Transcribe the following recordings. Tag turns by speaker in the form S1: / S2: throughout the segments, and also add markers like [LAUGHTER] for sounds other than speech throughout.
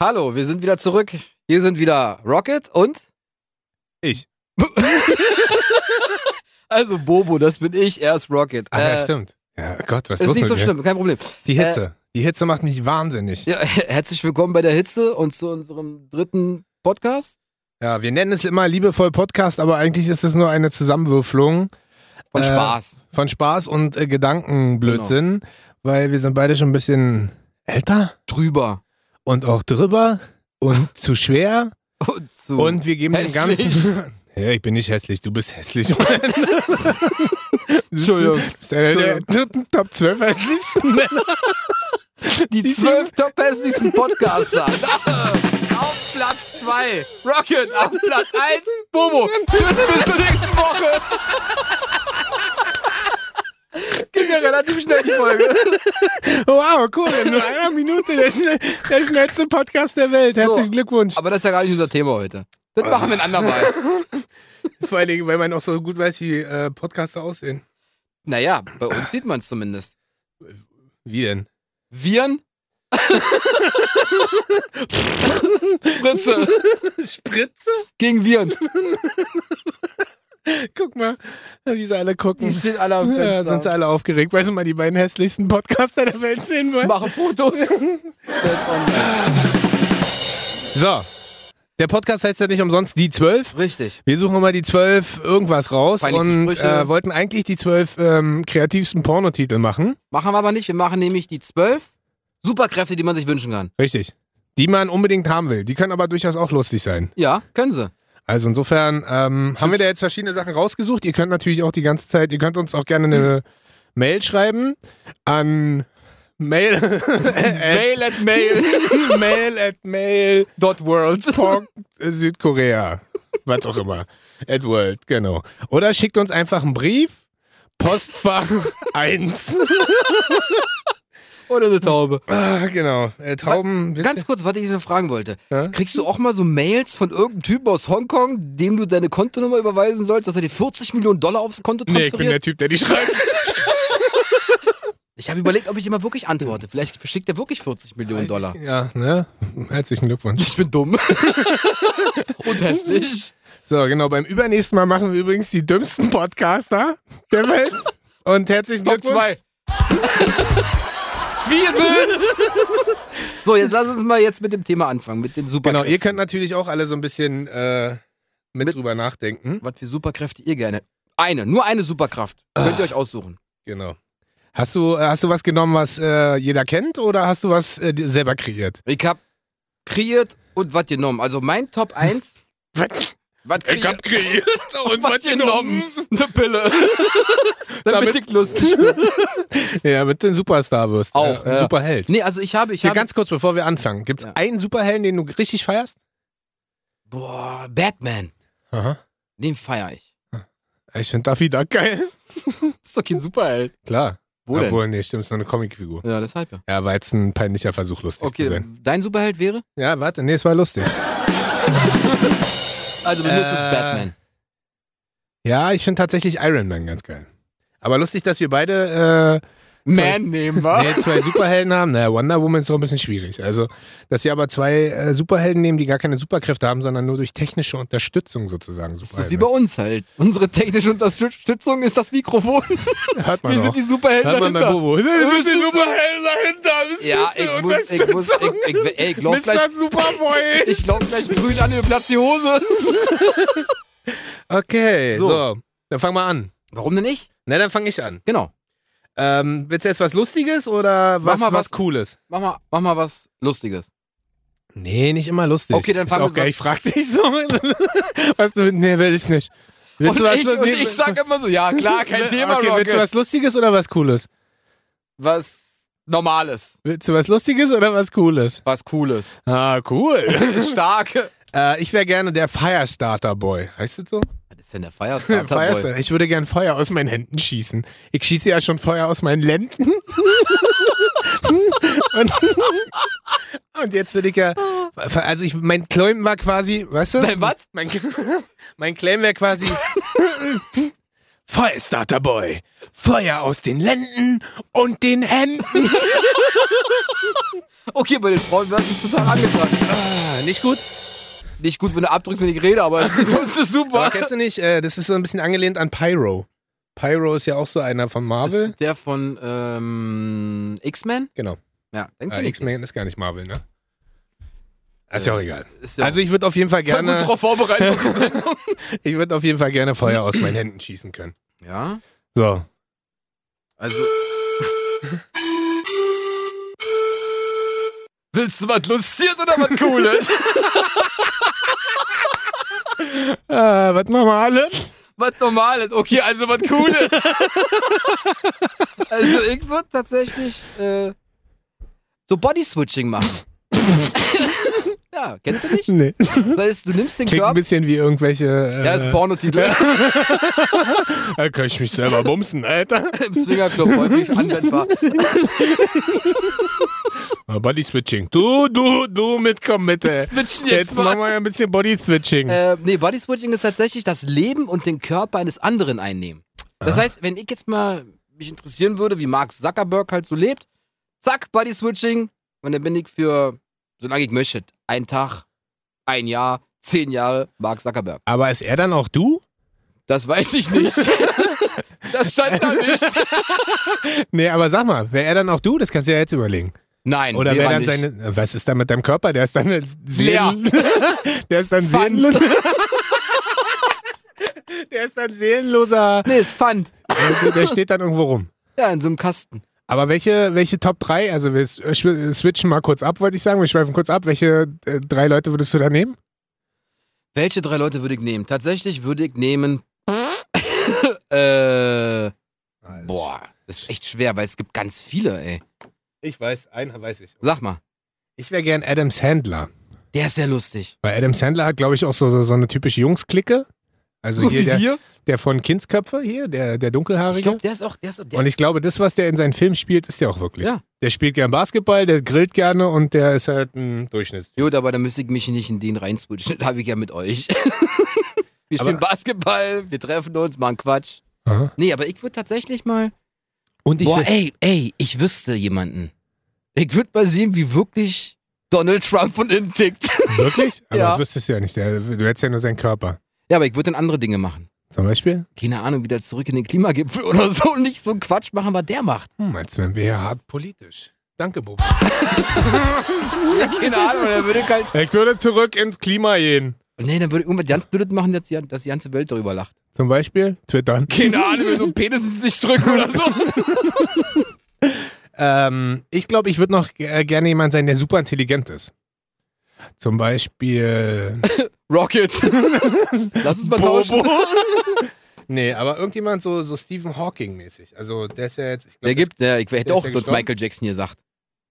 S1: Hallo, wir sind wieder zurück. Hier sind wieder Rocket und
S2: Ich.
S1: [LAUGHS] also Bobo, das bin ich, er ist Rocket.
S2: Ah, ja,
S1: Äh,
S2: stimmt. Ja, Gott, was ist
S1: ist
S2: los
S1: nicht
S2: mit
S1: so
S2: mir?
S1: schlimm, kein Problem.
S2: Die Hitze. die Hitze macht mich wahnsinnig. Ja.
S1: Ja, herzlich willkommen bei der Hitze und zu unserem dritten Podcast
S2: wir nennen es immer liebevoll Podcast, aber eigentlich ist es nur eine Zusammenwürfelung
S1: von
S2: Äh,
S1: Spaß.
S2: von Spaß und äh, Gedankenblödsinn,
S1: Genau.
S2: weil wir sind beide schon ein bisschen älter
S1: Drüber.
S2: und auch drüber und zu schwer
S1: Und zu. [LAUGHS]
S2: und wir geben den
S1: Hässlich.
S2: ganzen... [LAUGHS] Ja, ich bin nicht hässlich, du
S1: [LAUGHS]
S2: bist hässlich. Entschuldigung. Bist einer der Top 12 hässlichsten Männer.
S1: die zwölf top hässlichsten Podcaster. [LAUGHS] auf Platz 2 Rocket, auf Platz 1 Bobo. Tschüss, bis zur nächsten Woche. [LAUGHS] Ging ja relativ schnell die Folge.
S2: Wow, cool. In nur einer Minute der, schnell, der schnellste Podcast der Welt. Herzlichen
S1: So.
S2: Glückwunsch.
S1: Aber das ist ja gar nicht unser Thema heute. Das machen wir ein andermal.
S2: Vor allen Dingen, weil man auch so gut weiß, wie äh, Podcaster aussehen.
S1: Naja, bei uns sieht man es zumindest.
S2: Wie denn? [LAUGHS]
S1: Viren. [LAUGHS] Spritze
S2: Spritze?
S1: gegen Viren.
S2: Guck mal, wie sie alle gucken.
S1: Die stehen alle am Fenster.
S2: Ja, sind sie alle aufgeregt, weil sie mal die beiden hässlichsten Podcaster der Welt sehen wollen.
S1: Machen Fotos. Stell's online.
S2: So. Der Podcast heißt ja nicht umsonst die 12.
S1: Richtig.
S2: Wir suchen immer die 12 irgendwas raus
S1: Peinliche
S2: und
S1: Sprüche.
S2: äh, wollten eigentlich die 12 ähm, kreativsten Pornotitel machen.
S1: Machen wir aber nicht. Wir machen nämlich die zwölf Superkräfte, die man sich wünschen kann.
S2: Richtig. Die man unbedingt haben will. Die können aber durchaus auch lustig sein.
S1: Ja, können sie.
S2: Also insofern ähm, haben wir da jetzt verschiedene Sachen rausgesucht. Ihr könnt natürlich auch die ganze Zeit, ihr könnt uns auch gerne [LAUGHS] eine Mail schreiben an mail [LAUGHS] mail at mail [LAUGHS] mail at mail dot world Südkorea was auch immer at world genau oder schickt uns einfach einen Brief [LAUGHS] Postfach 1
S1: Oder eine Taube.
S2: ah, genau äh, Tauben wisst
S1: Ganz kurz, was ich noch fragen wollte.
S2: Ja?
S1: Kriegst du auch mal so Mails von irgendeinem Typen aus Hongkong, dem du deine Kontonummer überweisen sollst, dass er dir 40 Millionen Dollar aufs Konto
S2: ihr- nee ich
S1: transferiert?
S2: bin der Typ der die schreibt
S1: Ich habe überlegt, ob ich dir mal wirklich antworte. Vielleicht verschickt er wirklich 40 Millionen Dollar.
S2: ja ne herzlichen Glückwunsch
S1: Ich bin dumm. [LAUGHS] Und hässlich.
S2: So, genau. Beim übernächsten Mal machen wir übrigens die dümmsten Podcaster der Welt. Und herzlichen
S1: Top
S2: Glückwunsch.
S1: zwei. [LAUGHS] Wir sind's. So, jetzt lass uns mal jetzt mit dem Thema anfangen, mit den
S2: Genau,
S1: Superkräften.
S2: ihr könnt natürlich auch alle so ein bisschen äh, mit,
S1: Mit-
S2: drüber nachdenken.
S1: Was für Superkräfte ihr gerne. Eine, nur eine Superkraft. Könnt ihr euch aussuchen.
S2: Genau. Hast du, äh, hast du was genommen, was äh, jeder kennt oder hast du was äh, dir selber kreiert?
S1: Ich hab kreiert und was genommen. Also mein Top 1,
S2: Was?
S1: was kreiert.
S2: kreiert [LAUGHS] und
S1: was genommen. Eine Pille. [LAUGHS] Damit
S2: Damit-
S1: ich lustig bin.
S2: [LAUGHS] Ja, damit du ein Superstar wirst.
S1: Auch,
S2: Äh, ein
S1: ja.
S2: Superheld.
S1: Nee, also ich habe, ich
S2: Hier
S1: habe,
S2: ganz kurz, bevor wir anfangen. Gibt es
S1: Ja.
S2: einen Superhelden, den du richtig feierst?
S1: boah, Batman.
S2: Aha.
S1: Den feier ich.
S2: Ich finde Daffy Duck geil.
S1: Ist doch kein Superheld.
S2: Klar.
S1: Wo denn?
S2: Obwohl, nee, stimmt, ist nur eine Comicfigur.
S1: Ja, deshalb ja.
S2: Ja, war jetzt ein peinlicher Versuch, lustig zu
S1: Okay,
S2: sein.
S1: dein Superheld wäre?
S2: Ja, warte, nee, es war lustig.
S1: Also bei mir ist es
S2: Äh,
S1: Batman.
S2: Ja, ich finde tatsächlich Iron Man ganz geil. Aber lustig, dass wir beide Man
S1: nehmen
S2: äh, nee, zwei Superhelden haben. Naja, Wonder Woman ist auch ein bisschen schwierig. Also, dass wir aber zwei äh, Superhelden nehmen, die gar keine Superkräfte haben, sondern nur durch technische Unterstützung sozusagen
S1: Das ist wie
S2: Superhelden.
S1: bei uns halt. Unsere technische Unterstützung ist das Mikrofon.
S2: Hört man
S1: Wir
S2: auch.
S1: sind die Superhelden
S2: Hört man bei
S1: dahinter.
S2: Bobo.
S1: Wir
S2: Wir
S1: sind
S2: sind
S1: die
S2: Superhelden dahinter.
S1: Ja, ich muss, ich muss, ich, ich, ey, ich lauf gleich,
S2: Superboy.
S1: ich lauf gleich grün an, mir platzt die Hose.
S2: Okay,
S1: So.
S2: so. Dann fang mal an.
S1: Warum denn ich?
S2: Na, dann fange ich an.
S1: Genau.
S2: Ähm, willst du jetzt was Lustiges oder
S1: Mach
S2: was,
S1: mal
S2: was,
S1: was-
S2: Cooles?
S1: Mach mal, mach mal was Lustiges.
S2: Nee, nicht immer lustig.
S1: Okay, dann fang
S2: Ist auch
S1: mit
S2: geil.
S1: was-
S2: Ich frag dich so. [LAUGHS] was du, nee, will ich nicht.
S1: Und
S2: du was,
S1: ich, und
S2: nee,
S1: ich sag immer so, ja klar, [LAUGHS] kein Thema,
S2: okay, Willst du
S1: Rocket.
S2: was Lustiges oder was Cooles?
S1: Was Normales,
S2: Willst du was Lustiges oder was Cooles?
S1: was Cooles,
S2: Ah, cool.
S1: [LAUGHS] Starke.
S2: [LAUGHS] äh, ich wäre gerne der Firestarter-Boy. Heißt das so?
S1: Was ist denn der Firestarter Boy?
S2: Ich würde gern Feuer aus meinen Händen schießen. Ich schieße ja schon Feuer aus meinen Lenden. [LAUGHS] und, und jetzt würde ich ja. Also ich, mein Claim war quasi, weißt du?
S1: Dein was?
S2: Mein, mein Claim wäre quasi. Firestarter Boy. Feuer aus den Lenden und den Händen.
S1: Okay, bei den Frauen wird es total angefangen.
S2: Ah, nicht gut.
S1: Nicht gut, wenn du abdrückst, wenn ich rede, aber es sonst ist
S2: Aber [LAUGHS]
S1: super.
S2: kennst du nicht, äh, das ist so ein bisschen angelehnt an Pyro. Pyro ist ja auch so einer von
S1: Das
S2: Marvel.
S1: ist der von ähm, X-Men?
S2: Genau.
S1: Ja, dann kenn
S2: Äh,
S1: ich
S2: X-Men ist gar nicht Marvel, ne? Ist ja auch egal.
S1: den. Ist ja
S2: Also ich würde auf jeden Fall
S1: voll
S2: gerne,
S1: gut drauf [LAUGHS] vorbereitet.
S2: ich würde auf jeden Fall gerne Feuer aus meinen Händen schießen können.
S1: ja,
S2: So.
S1: also. Willst du was Lustiges oder was [LAUGHS] Cooles?
S2: Äh, was machen wir alle?
S1: was Normales? Okay, also was Cooles. [LAUGHS] also ich würde tatsächlich äh, so Body-Switching machen. [LAUGHS] ja, kennst du nicht?
S2: Nee.
S1: Das heißt, du nimmst den
S2: Klingt ein
S1: Körper.
S2: bisschen wie irgendwelche. Äh,
S1: Ja, ist Pornotitel. [LAUGHS]
S2: Da kann ich mich selber bumsen, Alter.
S1: Im Swingerclub häufig anwendbar. [LAUGHS] Äh,
S2: Body Switching. Du, du, du, mitkommen mit, ey.
S1: Switchen
S2: Jetzt
S1: jetzt
S2: machen
S1: mal.
S2: wir ja ein bisschen Body Switching.
S1: Äh, nee, Bodyswitching ist tatsächlich das Leben und den Körper eines anderen einnehmen. Das heißt, wenn ich jetzt mal mich interessieren würde, wie Mark Zuckerberg halt so lebt, zack, Bodyswitching. Und dann bin ich für, solange ich möchte, ein Tag, ein Jahr, zehn Jahre Mark Zuckerberg.
S2: Aber ist er dann auch du?
S1: Das weiß ich
S2: [LAUGHS]
S1: nicht. das stand da nicht.
S2: Nee, aber sag mal, wäre er dann auch du? Das kannst du ja jetzt überlegen.
S1: Nein,
S2: Oder
S1: wäre
S2: wäre dann
S1: nicht.
S2: seine. Was ist da mit deinem Körper? Der ist dann
S1: Leer.
S2: Seelen. [LAUGHS] Der ist dann
S1: Pfand.
S2: seelenlos. [LAUGHS] Der ist dann seelenloser.
S1: Nee, ist Pfand.
S2: Also, Der- Der steht dann irgendwo rum.
S1: Ja, in so einem Kasten.
S2: Aber welche, welche Top 3, also wir s- äh, schw- äh, switchen mal kurz ab, wollte ich sagen, wir schweifen kurz ab. Welche äh, drei Leute würdest du da nehmen?
S1: Welche drei Leute würde ich nehmen? Tatsächlich würde ich nehmen. [LAUGHS] äh. Boah, das ist echt schwer, weil es gibt ganz viele, ey.
S2: Ich weiß, einen weiß ich.
S1: Sag mal.
S2: Ich wäre gern Adam Sandler.
S1: Der ist sehr lustig.
S2: Weil Adam Sandler hat, glaube ich, auch so, so, so eine typische Jungs-Clique. Also [LAUGHS] hier der,
S1: wir?
S2: der von Kindsköpfe hier, der, der dunkelhaarige.
S1: Ich glaube, der ist auch, der ist auch, der
S2: und ich glaube, das, was der in seinen Filmen spielt, ist der auch wirklich.
S1: Ja.
S2: Der spielt gern Basketball, der grillt gerne und der ist halt ein Durchschnitts.
S1: Gut, aber dann müsste ich mich nicht in den [LAUGHS] reinswitchen. Das habe ich ja mit euch. wir
S2: Aber-
S1: spielen Basketball, wir treffen uns, machen Quatsch.
S2: Aha.
S1: Nee, aber ich würde tatsächlich mal.
S2: Und ich
S1: boah,
S2: würd-
S1: ey, ey, ich wüsste jemanden. Ich würde mal sehen, wie wirklich Donald Trump von innen tickt. [LAUGHS]
S2: [LAUGHS] wirklich? Aber
S1: Ja.
S2: das wüsstest du ja nicht. Der, du hättest ja nur seinen Körper.
S1: ja, aber ich würde dann andere Dinge machen.
S2: Zum Beispiel?
S1: Keine Ahnung, wieder zurück in den Klimagipfel oder so. und Nicht so einen Quatsch machen, was der macht.
S2: Hm, als wären wir ja hart politisch. Danke, Bob.
S1: Keine Ahnung, dann würde ich halt.
S2: Ich würde zurück ins Klima gehen.
S1: Nee, dann würde ich irgendwas ganz Blödes machen, dass die, dass die ganze Welt darüber lacht.
S2: Zum Beispiel twittern.
S1: Keine Ahnung, wenn so ein Penis in sich drücken oder [LAUGHS] so.
S2: Ähm, ich glaube, ich würde noch äh, gerne jemand sein, der super intelligent ist. Zum Beispiel
S1: Rocket. [LAUGHS] Lass uns mal tauschen.
S2: [LAUGHS] nee, aber irgendjemand so, so Stephen Hawking mäßig. Also der ist ja jetzt, ich
S1: Der
S2: glaube,
S1: gibt, ja, ich hätte
S2: der
S1: auch
S2: gestorben?
S1: sonst Michael Jackson gesagt.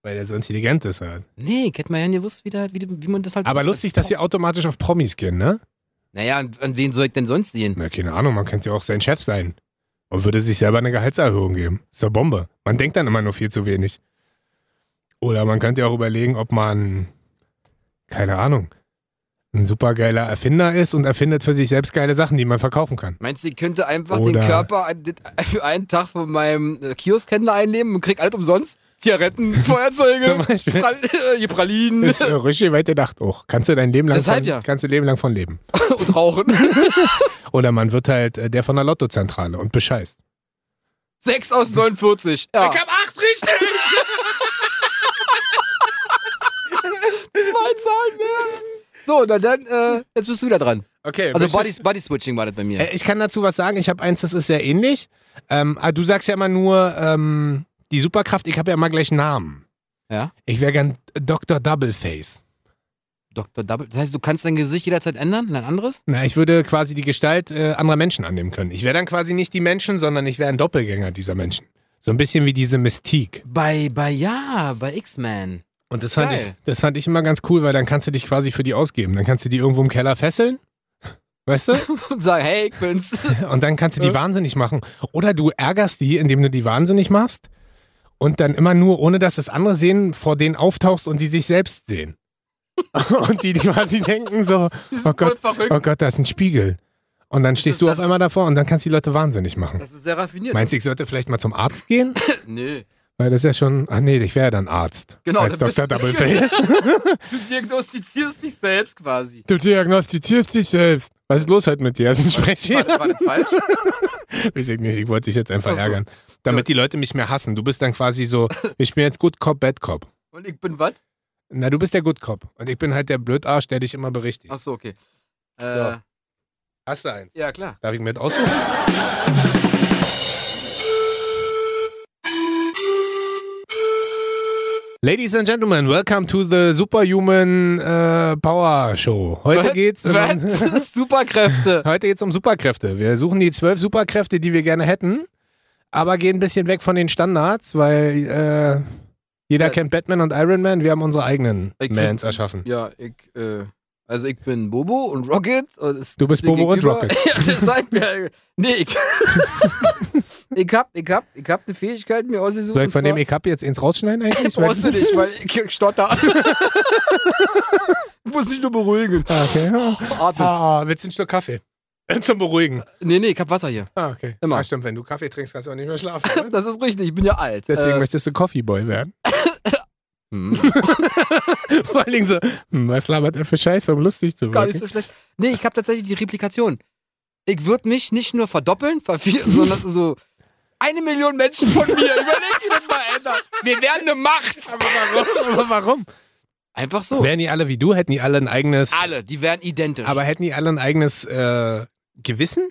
S2: weil der so intelligent ist halt.
S1: Nee, ich hätte mal ja nicht gewusst, wie, da, wie, wie man das halt
S2: Aber lustig, dass wir automatisch auf Promis gehen, ne?
S1: Naja, an, an wen soll ich denn sonst gehen?
S2: Na, keine Ahnung, man könnte ja auch sein Chef sein. Und würde sich selber eine Gehaltserhöhung geben. Ist doch Bombe. Man denkt dann immer nur viel zu wenig. Oder man könnte ja auch überlegen, ob man, keine Ahnung, ein supergeiler Erfinder ist und erfindet für sich selbst geile Sachen, die man verkaufen kann.
S1: Meinst du, ich könnte einfach den
S2: Oder-
S1: Körper an- für einen Tag von meinem äh, Kioskhändler einnehmen und krieg alles umsonst?
S2: [LAUGHS]
S1: Zigaretten,
S2: Zum
S1: Feuerzeuge, [LAUGHS]
S2: Beispiel.
S1: Pral äh, Pralinen
S2: Ist äh, richtig weit gedacht auch. Kannst du dein Leben lang,
S1: Deshalb
S2: von,
S1: ja.
S2: kannst du Leben lang von leben.
S1: [LAUGHS] und Rauchen.
S2: Oder man wird halt äh, der von der Lottozentrale und bescheißt.
S1: Sechs aus 49. Ja.
S2: hab acht richtig!
S1: zwei Zahlen mehr. So, na dann, äh, jetzt bist du da dran.
S2: Okay,
S1: Also
S2: möchtest-
S1: Body, Body Switching war das bei mir.
S2: Äh, Ich kann dazu was sagen. Ich habe eins, das ist sehr ähnlich. Ähm, ah, du sagst ja immer nur ähm, die Superkraft. Ich habe ja immer gleich einen Namen.
S1: Ja.
S2: Ich wäre gern Dr. Doubleface.
S1: Dr. Double. Das heißt, du kannst dein Gesicht jederzeit ändern in ein anderes?
S2: Na, ich würde quasi die Gestalt äh, anderer Menschen annehmen können. Ich wäre dann quasi nicht die Menschen, sondern ich wäre ein Doppelgänger dieser Menschen. So ein bisschen wie diese Mystique.
S1: Bei, bei, ja, bei X-Men.
S2: Und das fand,
S1: Geil.
S2: ich, das fand ich immer ganz cool, weil dann kannst du dich quasi für die ausgeben. Dann kannst du die irgendwo im Keller fesseln. [LAUGHS] Weißt du?
S1: Und sag, hey, ich
S2: [LAUGHS]
S1: bin's.
S2: Und dann kannst du die wahnsinnig machen. Oder du ärgerst die, indem du die wahnsinnig machst und dann immer nur, ohne dass das andere sehen, vor denen auftauchst und die sich selbst sehen. [LAUGHS] und die, die quasi denken so, oh Gott,
S1: verrückt.
S2: oh Gott, da ist ein Spiegel. Und dann stehst
S1: ist-
S2: du
S1: das
S2: auf einmal
S1: ist-
S2: davor und dann kannst du die Leute wahnsinnig machen.
S1: Das ist sehr raffiniert.
S2: Meinst du, ich sollte vielleicht mal zum Arzt gehen?
S1: Nö.
S2: Weil das ist ja schon. Ach nee, ich wäre ja dann Arzt.
S1: Genau,
S2: Als
S1: dann bist
S2: Dr.
S1: du-
S2: Doubleface.
S1: Du diagnostizierst dich selbst quasi.
S2: Du diagnostizierst dich selbst. Was ist los halt mit dir? Das ist ein
S1: War,
S2: Sprechfehler.
S1: war das falsch?
S2: Weiß ich nicht, ich wollte dich jetzt einfach
S1: Ach so.
S2: ärgern. Damit die Leute mich mehr hassen. Du bist dann quasi so, ich bin jetzt Good Cop, Bad Cop.
S1: Und ich bin was?
S2: Na, du bist der Good Cop. Und ich bin halt der Blödarsch, der dich immer berichtigt.
S1: Achso, okay. Äh,
S2: Ja. Hast du einen?
S1: Ja, klar.
S2: Darf ich mir das aussuchen? Ladies and Gentlemen, welcome to the Superhuman äh, Power Show. Heute
S1: Was?
S2: geht's [LAUGHS] um,
S1: Was? Superkräfte.
S2: heute geht's um Superkräfte. Wir suchen die zwölf Superkräfte, die wir gerne hätten, aber gehen ein bisschen weg von den Standards, weil äh, jeder
S1: Ja.
S2: kennt Batman und Iron Man. Wir haben unsere eigenen
S1: Ich find-
S2: Mans erschaffen.
S1: Ja, ich, äh, also ich bin Bobo und Rocket. Und es
S2: Du bist
S1: mir
S2: Bobo und
S1: gegenüber-
S2: Rocket.
S1: [LAUGHS] ja, das sagt mir. Nee, ich. [LAUGHS] ich hab, ich hab, ich hab eine Fähigkeit mir ausgesucht.
S2: Soll ich
S1: und
S2: von
S1: zwar-
S2: dem Ekap jetzt ins rausschneiden eigentlich?
S1: [LAUGHS] Brauchst du nicht, weil ich stotter.
S2: [LAUGHS]
S1: ich muss mich nur beruhigen.
S2: Ah,
S1: [LAUGHS]
S2: okay.
S1: Atmen.
S2: Ah, willst du einen Schluck Kaffee? [LAUGHS] Zum Beruhigen.
S1: Nee, nee, ich hab Wasser hier.
S2: Ah, okay.
S1: Immer.
S2: Ah, stimmt, wenn du Kaffee trinkst, kannst du auch nicht mehr schlafen. ne?
S1: Das ist richtig, ich bin ja alt.
S2: [LAUGHS] Deswegen
S1: äh,
S2: möchtest du Coffee Boy werden. [LAUGHS]
S1: hm,
S2: Vor allen Dingen so, hm, was labert er für Scheiße, um lustig zu
S1: gar
S2: werden?
S1: nicht so schlecht. Nee, ich hab tatsächlich die Replikation. Ich würde mich nicht nur verdoppeln, vervielen, sondern so eine Million Menschen
S2: [LAUGHS]
S1: von mir. Überleg dir das mal, Alter. Wir werden eine Macht.
S2: Aber warum? [LAUGHS] Aber warum?
S1: Einfach so.
S2: Wären die alle wie du, hätten die alle ein eigenes,
S1: Alle, die wären identisch.
S2: aber hätten die alle ein eigenes äh, Gewissen?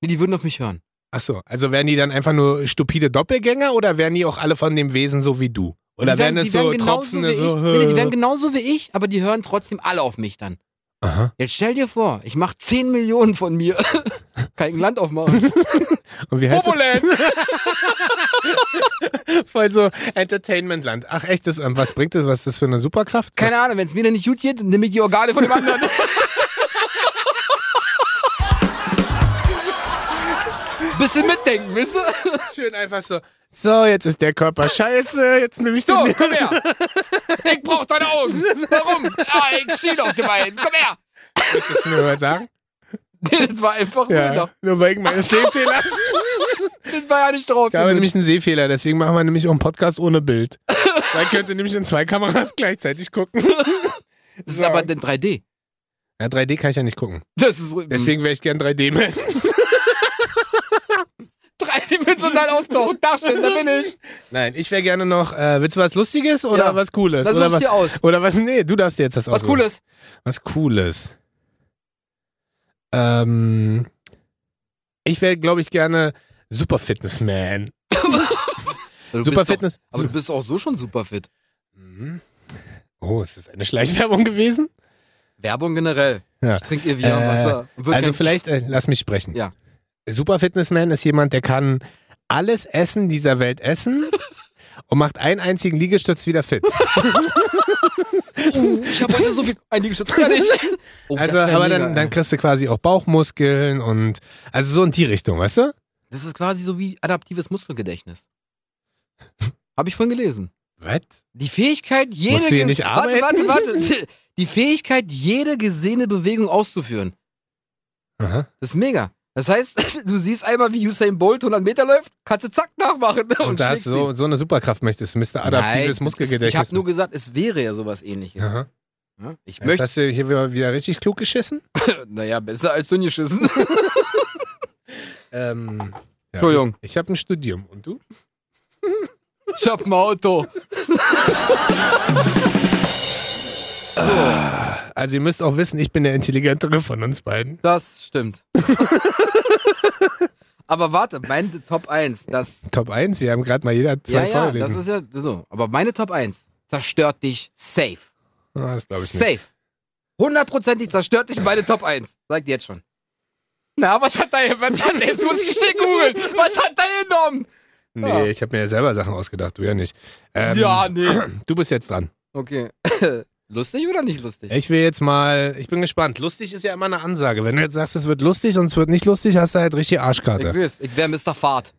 S1: nee, die würden auf mich hören.
S2: Ach so, also wären die dann einfach nur stupide Doppelgänger oder wären die auch alle von dem Wesen so wie du? Oder
S1: die wären,
S2: wären
S1: die
S2: es so also, äh.
S1: wären genauso
S2: Tropfende?
S1: wie ich.
S2: so,
S1: Nee, die wären genauso wie ich, aber die hören trotzdem alle auf mich dann.
S2: Aha.
S1: Jetzt stell dir vor, ich mach 10 Millionen von mir. [LAUGHS] Kein Land aufmachen.
S2: Und wie heißt das? [LAUGHS] Voll so Entertainmentland. Ach echt, das, ähm, was bringt das? Was ist das für eine Superkraft?
S1: Keine Ahnung, wenn es mir dann nicht gut geht, nehme ich die Organe von dem [LAUGHS] anderen. Bisschen mitdenken, wisst ihr?
S2: was schön einfach so. So, jetzt ist der Körper scheiße, jetzt nehme ich
S1: So, [LAUGHS]
S2: den.
S1: komm her. Ich brauch deine Augen. Warum? Ah, ich schiel auf die beiden. Komm her.
S2: Möchtest du mir was sagen?
S1: Nee, das war einfach so.
S2: Ja.
S1: Ja.
S2: Nur wegen
S1: [LAUGHS]
S2: meines Sehfehlers.
S1: Das war ja nicht drauf.
S2: Ich habe nämlich einen Sehfehler, deswegen machen wir nämlich auch einen Podcast ohne Bild. [LAUGHS] Man könnte nämlich in zwei Kameras [LAUGHS] gleichzeitig gucken.
S1: das ist aber denn 3D.
S2: Ja, 3D kann ich ja nicht gucken.
S1: Das ist
S2: Deswegen wäre ich gern
S1: [LAUGHS]
S2: 3D-Man.
S1: 3D-Dimensional auftauchen. Da steht, da bin ich.
S2: Nein, ich wäre gerne noch, äh, willst du was Lustiges oder
S1: Ja.
S2: was Cooles?
S1: Das Also
S2: oder
S1: suchst
S2: was,
S1: dir aus.
S2: oder was, nee, du darfst dir jetzt das
S1: Was
S2: aussuchen.
S1: Cooles.
S2: Was Cooles. Ähm, ich wäre, glaube ich, gerne Super Fitness Man.
S1: Du bist
S2: Super
S1: doch-
S2: Fitness.
S1: Aber du bist auch so schon super fit.
S2: Mhm. Oh, ist das eine Schleichwerbung gewesen?
S1: Werbung generell.
S2: Ja.
S1: Ich trinke ihr wieder
S2: Äh,
S1: Wasser. Und wird
S2: also
S1: kein-
S2: vielleicht, äh, lass mich sprechen.
S1: Ja.
S2: Super Fitness Man ist jemand, der kann alles Essen dieser Welt essen
S1: [LAUGHS]
S2: und macht einen einzigen Liegestütz wieder fit.
S1: Uh, ich habe heute so viel eingeschätzt. Ja,
S2: [LAUGHS]
S1: nicht. [LAUGHS] Oh, das
S2: also,
S1: wär
S2: aber
S1: mega,
S2: dann, dann
S1: ey.
S2: kriegst du quasi auch Bauchmuskeln und also so in die Richtung, weißt du?
S1: Das ist quasi so wie adaptives Muskelgedächtnis. Habe ich vorhin gelesen.
S2: Was?
S1: Die Fähigkeit, jede.
S2: Musst du hier
S1: ge-
S2: nicht
S1: warte,
S2: arbeiten?
S1: warte, warte. Die Fähigkeit, jede gesehene Bewegung auszuführen.
S2: Aha.
S1: Das ist mega. Das heißt, [LAUGHS] du siehst einmal, wie Usain Bolt 100 Meter läuft, kannst du zack nachmachen. [LAUGHS] Und,
S2: Und, da hast
S1: schlägst
S2: du
S1: ihn.
S2: so, so eine Superkraft möchtest, Mr.
S1: Nein, das
S2: Adaptives
S1: ist-
S2: Muskelgedächtnis.
S1: Ich habe nur gesagt, es wäre ja sowas ähnliches.
S2: Aha.
S1: Ja, Ich
S2: Jetzt
S1: möchte,
S2: hast du hier wieder, wieder richtig klug geschissen.
S1: naja, besser als dünn geschissen.
S2: Ähm, ja.
S1: Entschuldigung.
S2: Ich habe ein Studium. Und du?
S1: [LAUGHS] Ich hab ein Auto. so,
S2: Also ihr müsst auch wissen, ich bin der intelligentere von uns beiden.
S1: das [LAUGHS] stimmt. Aber warte, meine Top 1, das.
S2: Top 1, wir haben gerade mal jeder zwei
S1: Ja, ja, das
S2: vorgelesen.
S1: ist ja so. Aber meine Top 1 zerstört dich safe.
S2: Ah, das glaube ich nicht.
S1: Safe. Hundertprozentig zerstört dich meine Top 1. Sagt jetzt schon. Na, was hat er was hat er, jetzt muss ich schnell googeln. Was hat er genommen? Ja.
S2: Nee, ich habe mir ja selber Sachen ausgedacht, du ja nicht. Ähm,
S1: ja, nee.
S2: [CLEARS THROAT] Du bist jetzt dran.
S1: Okay. [LAUGHS] Lustig oder nicht lustig?
S2: Ich will jetzt mal, ich bin gespannt. Lustig ist ja immer eine Ansage. Wenn du jetzt sagst, es wird lustig und es wird nicht lustig, hast du halt richtig
S1: Ich
S2: Arschkarte.
S1: weiß, ich wäre Mr. [LAUGHS] Fahrt.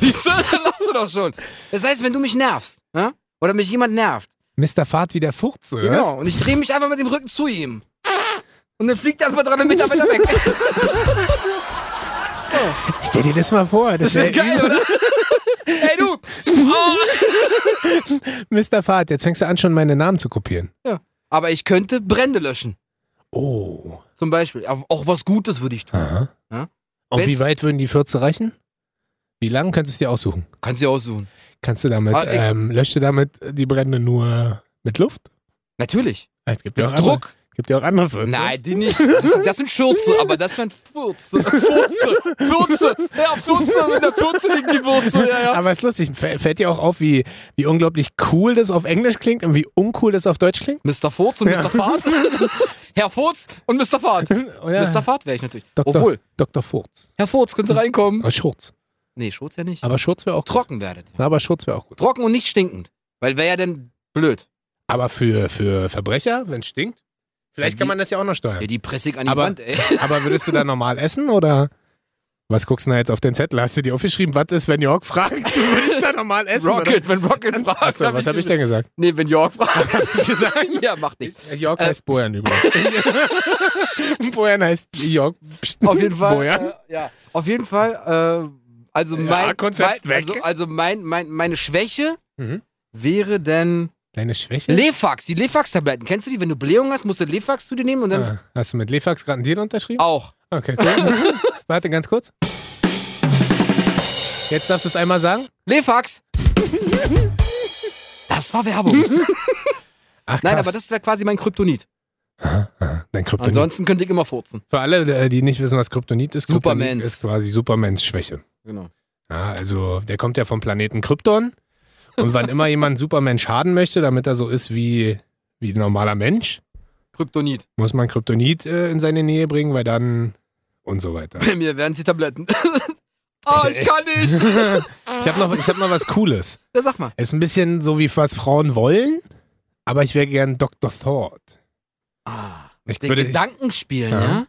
S1: Siehst du, [LAUGHS] dann lachst du doch schon. Das heißt, wenn du mich nervst, ja? oder mich jemand nervt,
S2: Mr. Fahrt wie der Furze.
S1: genau, und ich drehe mich einfach mit dem Rücken zu ihm. Und dann fliegt er erstmal 300 Meter weiter weg.
S2: was? Stell dir das mal vor. Das,
S1: Ist ja
S2: wär
S1: geil, oder? Hey du, Oh!
S2: Mr. Fahrt, jetzt fängst du an, schon meine Namen zu kopieren.
S1: Aber ich könnte Brände löschen.
S2: Oh.
S1: Zum Beispiel. Auch, auch was Gutes würde ich tun.
S2: Aha.
S1: Ja.
S2: Und
S1: Wenn's-
S2: wie weit würden die 14 reichen? Wie lang könntest du dir aussuchen?
S1: Kannst du dir aussuchen.
S2: Kannst du damit,
S1: Ah, ich-
S2: ähm, löscht du damit die Brände nur mit Luft?
S1: Natürlich.
S2: Ah, Es gibt ja
S1: Mit
S2: auch Andere,
S1: Druck.
S2: gibt ja auch andere 14.
S1: Nein, die nicht. Das, das sind Schürze, aber das wären Fürze. Fürze. Fürze. Ja, Fürze. Mit der Fürze liegt die Wurzel. Ja, ja.
S2: Aber es ist lustig, fä- fällt dir auch auf, wie, wie unglaublich cool das auf Englisch klingt und wie uncool das auf Deutsch klingt? [LAUGHS]
S1: Mr. Furz und Mr. Fahrt. Herr Furz und Mr. Fahrt.
S2: Oder?
S1: Mr. Fahrt wäre ich natürlich.
S2: Dr.
S1: Obwohl,
S2: Dr. Furz.
S1: Herr Furz, könnt ihr reinkommen?
S2: Aber Schurz.
S1: Nee, Schurz ja nicht.
S2: Aber Schurz wäre auch gut.
S1: Trocken werdet.
S2: Na, Aber Schurz wäre auch gut.
S1: Trocken und nicht stinkend. Weil wäre ja dann blöd.
S2: Aber für, für Verbrecher, wenn es stinkt, vielleicht
S1: Ja, die-
S2: kann man das ja auch noch steuern.
S1: Ja, die Pressig an die
S2: Aber-
S1: Wand, ey.
S2: [LAUGHS] Aber würdest du da normal essen oder? Was guckst du denn da jetzt auf den Zettel? Hast du dir aufgeschrieben, was ist, wenn York fragt? Würde ich da normal essen?
S1: Rocket, wenn Rocket
S2: Oder?
S1: fragt.
S2: Achso, was habe ich denn gesagt?
S1: gesagt? Nee, wenn York fragt, [LAUGHS] hab [LAUGHS] ich gesagt. ja, macht nichts.
S2: York
S1: Äh,
S2: heißt Bojan übrigens. [LAUGHS] Bojan heißt York. Psst.
S1: Auf jeden Fall.
S2: Bojan?
S1: Äh, ja. Auf jeden Fall, äh, also
S2: Ja,
S1: mein.
S2: Konzept
S1: mein,
S2: weg.
S1: Also, also mein, mein, meine Schwäche
S2: Mhm.
S1: wäre denn
S2: Deine Schwäche?
S1: Lefax, die Lefax-Tabletten. Kennst du die? Wenn du Blähung hast, musst du Lefax zu dir nehmen und dann.
S2: ah, hast du mit Lefax gerade einen Deal unterschrieben?
S1: Auch.
S2: Okay,
S1: [LAUGHS]
S2: cool. Warte ganz kurz. Jetzt darfst du es einmal sagen.
S1: Lefax! Das war
S2: [LAUGHS]
S1: Werbung.
S2: Ach, krass.
S1: Nein, aber das wäre quasi mein Kryptonit.
S2: Aha, aha. Dein Kryptonit.
S1: Ansonsten könnte ich immer furzen.
S2: Für alle, äh, die nicht wissen, was Kryptonit ist, Kryptonit
S1: Supermans.
S2: ist quasi Supermans Schwäche.
S1: Genau.
S2: Ja, also der kommt ja vom Planeten Krypton. Und wann immer jemand Superman schaden möchte, damit er so ist wie, wie ein normaler Mensch,
S1: Kryptonit.
S2: muss man Kryptonit äh, in seine Nähe bringen, weil dann und so weiter.
S1: Bei mir wären es die Tabletten. [LAUGHS] oh, ich kann nicht.
S2: ich habe noch, [LAUGHS] ich hab noch was Cooles.
S1: Ja, sag mal.
S2: Ist ein bisschen so, wie was Frauen wollen, aber ich wäre gern Dr. Thought.
S1: Ah,
S2: Ich
S1: den
S2: würde,
S1: Gedanken spielen,
S2: Ja.
S1: ja?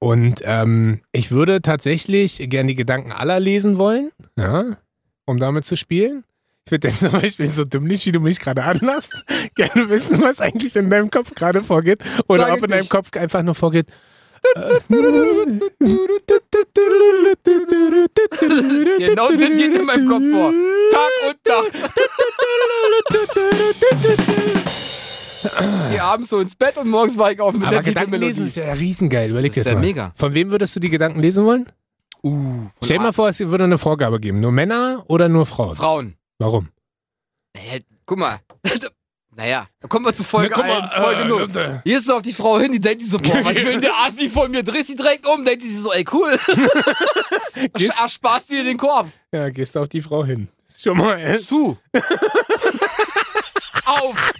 S2: und ähm, ich würde tatsächlich gern die Gedanken aller lesen wollen, ja, um damit zu spielen. Ich würde [LAUGHS] jetzt zum Beispiel so dümmlich, wie du mich gerade anlasst, [LAUGHS] gerne wissen, was eigentlich in deinem Kopf gerade vorgeht. Oder
S1: Sag ich
S2: ob in deinem
S1: nicht.
S2: Kopf einfach nur vorgeht.
S1: [LAUGHS]
S2: Äh, [LAUGHS]
S1: Genau
S2: genau
S1: das geht in meinem Kopf
S2: [LAUGHS]
S1: vor. Tag und Nacht. Die abends so ins Bett und morgens war ich auf mit
S2: Aber
S1: der
S2: Gedanken lesen
S1: Titelmelodie.
S2: ist ja riesengeil. Überleg dir
S1: Das
S2: das
S1: wär
S2: mal.
S1: mega.
S2: Von wem würdest du die Gedanken lesen wollen?
S1: Uh, von
S2: Stell dir mal
S1: A-
S2: vor, es würde eine Vorgabe geben. Nur Männer oder nur Frauen?
S1: Frauen.
S2: Warum?
S1: Naja, guck mal. [LAUGHS] Naja, da kommen wir zu Folge
S2: Na, guck mal,
S1: 1, Folge
S2: äh,
S1: 0.
S2: äh,
S1: Hier ist so auf die Frau hin, die denkt sich so, boah, was will denn der Assi von mir? Drehst sie direkt um, denkt sie sich so, ey, cool.
S2: [LAUGHS] Gehst-
S1: Ersparst dir den Korb.
S2: Ja, gehst auf die Frau hin. Ist Schon mal. äh,
S1: [LAUGHS] Zu. auf.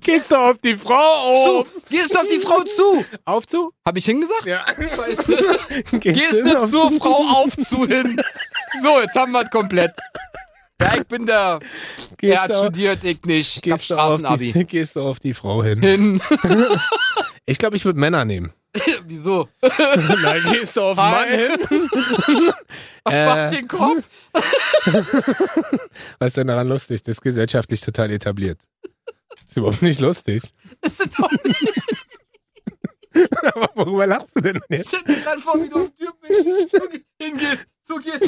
S2: Gehst du auf die Frau
S1: Zu.
S2: auf?
S1: Gehst auf die Frau zu.
S2: Auf zu?
S1: Hab ich hingesagt?
S2: Ja.
S1: [LAUGHS]
S2: [LAUGHS]
S1: Scheiße. Gehst du
S2: auf-
S1: zur Frau auf zu hin. So, jetzt haben wir es komplett. Ja, ich bin der.
S2: Gehst
S1: er hat
S2: du auf-
S1: studiert, ich nicht. Ich hab
S2: Gehst du, auf
S1: Straßenabi. Hm.
S2: die, [LAUGHS] gehst du auf die Frau
S1: [LAUGHS]
S2: hin?
S1: Hin. [LAUGHS]
S2: Ich glaube, ich würde Männer nehmen.
S1: Wieso?
S2: Nein, gehst du auf
S1: Hi.
S2: hin?
S1: [LAUGHS] Was
S2: Äh.
S1: macht den Kopf?
S2: Was ist denn daran lustig? Das ist gesellschaftlich total etabliert. Ist überhaupt nicht lustig.
S1: Das sind doch
S2: Aber [LAUGHS] worüber lachst du denn jetzt?
S1: Stell dir gerade vor, wie du auf die Tür bist. hingehst, zugehst.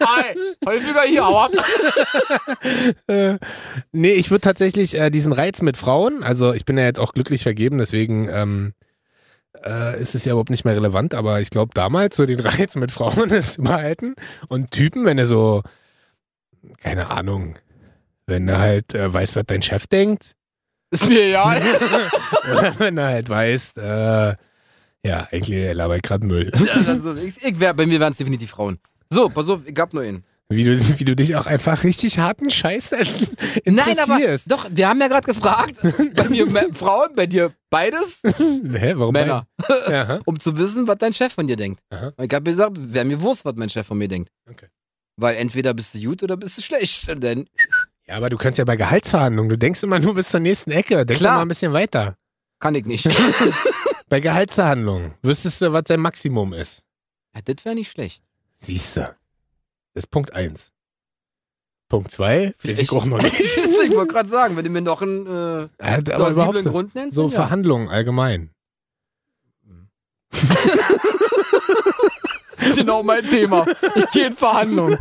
S1: Hi, häufiger hier, aber.
S2: Äh, nee, ich würde tatsächlich äh, diesen Reiz mit Frauen, also ich bin ja jetzt auch glücklich vergeben, deswegen ähm, äh, ist es ja überhaupt nicht mehr relevant, aber ich glaube damals so den [LAUGHS] Reiz mit Frauen ist behalten und Typen, wenn er so, keine Ahnung, wenn er halt äh, weiß, was dein Chef denkt [LAUGHS]
S1: Ist mir egal.
S2: oder wenn er halt weiß, äh, ja, eigentlich laber ich gerade Müll. [LAUGHS]
S1: Also, ich, ich wär, bei mir wären es definitiv Frauen. So, pass auf, ich hab nur einen.
S2: Wie du, wie du dich auch einfach richtig harten Scheiß
S1: Nein, aber
S2: interessierst.
S1: doch, wir haben ja gerade gefragt, bei mir Mä- Frauen, bei dir beides
S2: [LAUGHS] Hä, warum
S1: Männer,
S2: Mein, ja,
S1: um zu wissen, was dein Chef von dir denkt.
S2: Aha.
S1: Und ich habe gesagt, wäre mir Wurst, was mein Chef von mir denkt.
S2: Okay.
S1: Weil entweder bist du gut oder bist du schlecht. [LAUGHS] Und dann,
S2: Ja, aber du kannst ja bei Gehaltsverhandlungen, du denkst immer nur bis zur nächsten Ecke, denk
S1: Klar.
S2: doch mal ein bisschen weiter.
S1: kann ich
S2: [LAUGHS]
S1: nicht.
S2: Bei Gehaltsverhandlungen wüsstest du, was dein Maximum ist.
S1: ja, das wäre nicht schlecht.
S2: Siehst du. Das ist Punkt eins. Punkt zwei, weiß ich
S1: Ich-
S2: auch noch
S1: [LAUGHS] ich
S2: nicht.
S1: wollte gerade sagen, wenn du mir noch einen äh,
S2: Ja, Oh, aber überhaupt
S1: plausiblen
S2: so,
S1: Grund nennst.
S2: so
S1: dann ja. [LAUGHS]
S2: Verhandlungen allgemein. [LAUGHS]
S1: Das ist genau mein Thema. Ich gehe in Verhandlungen.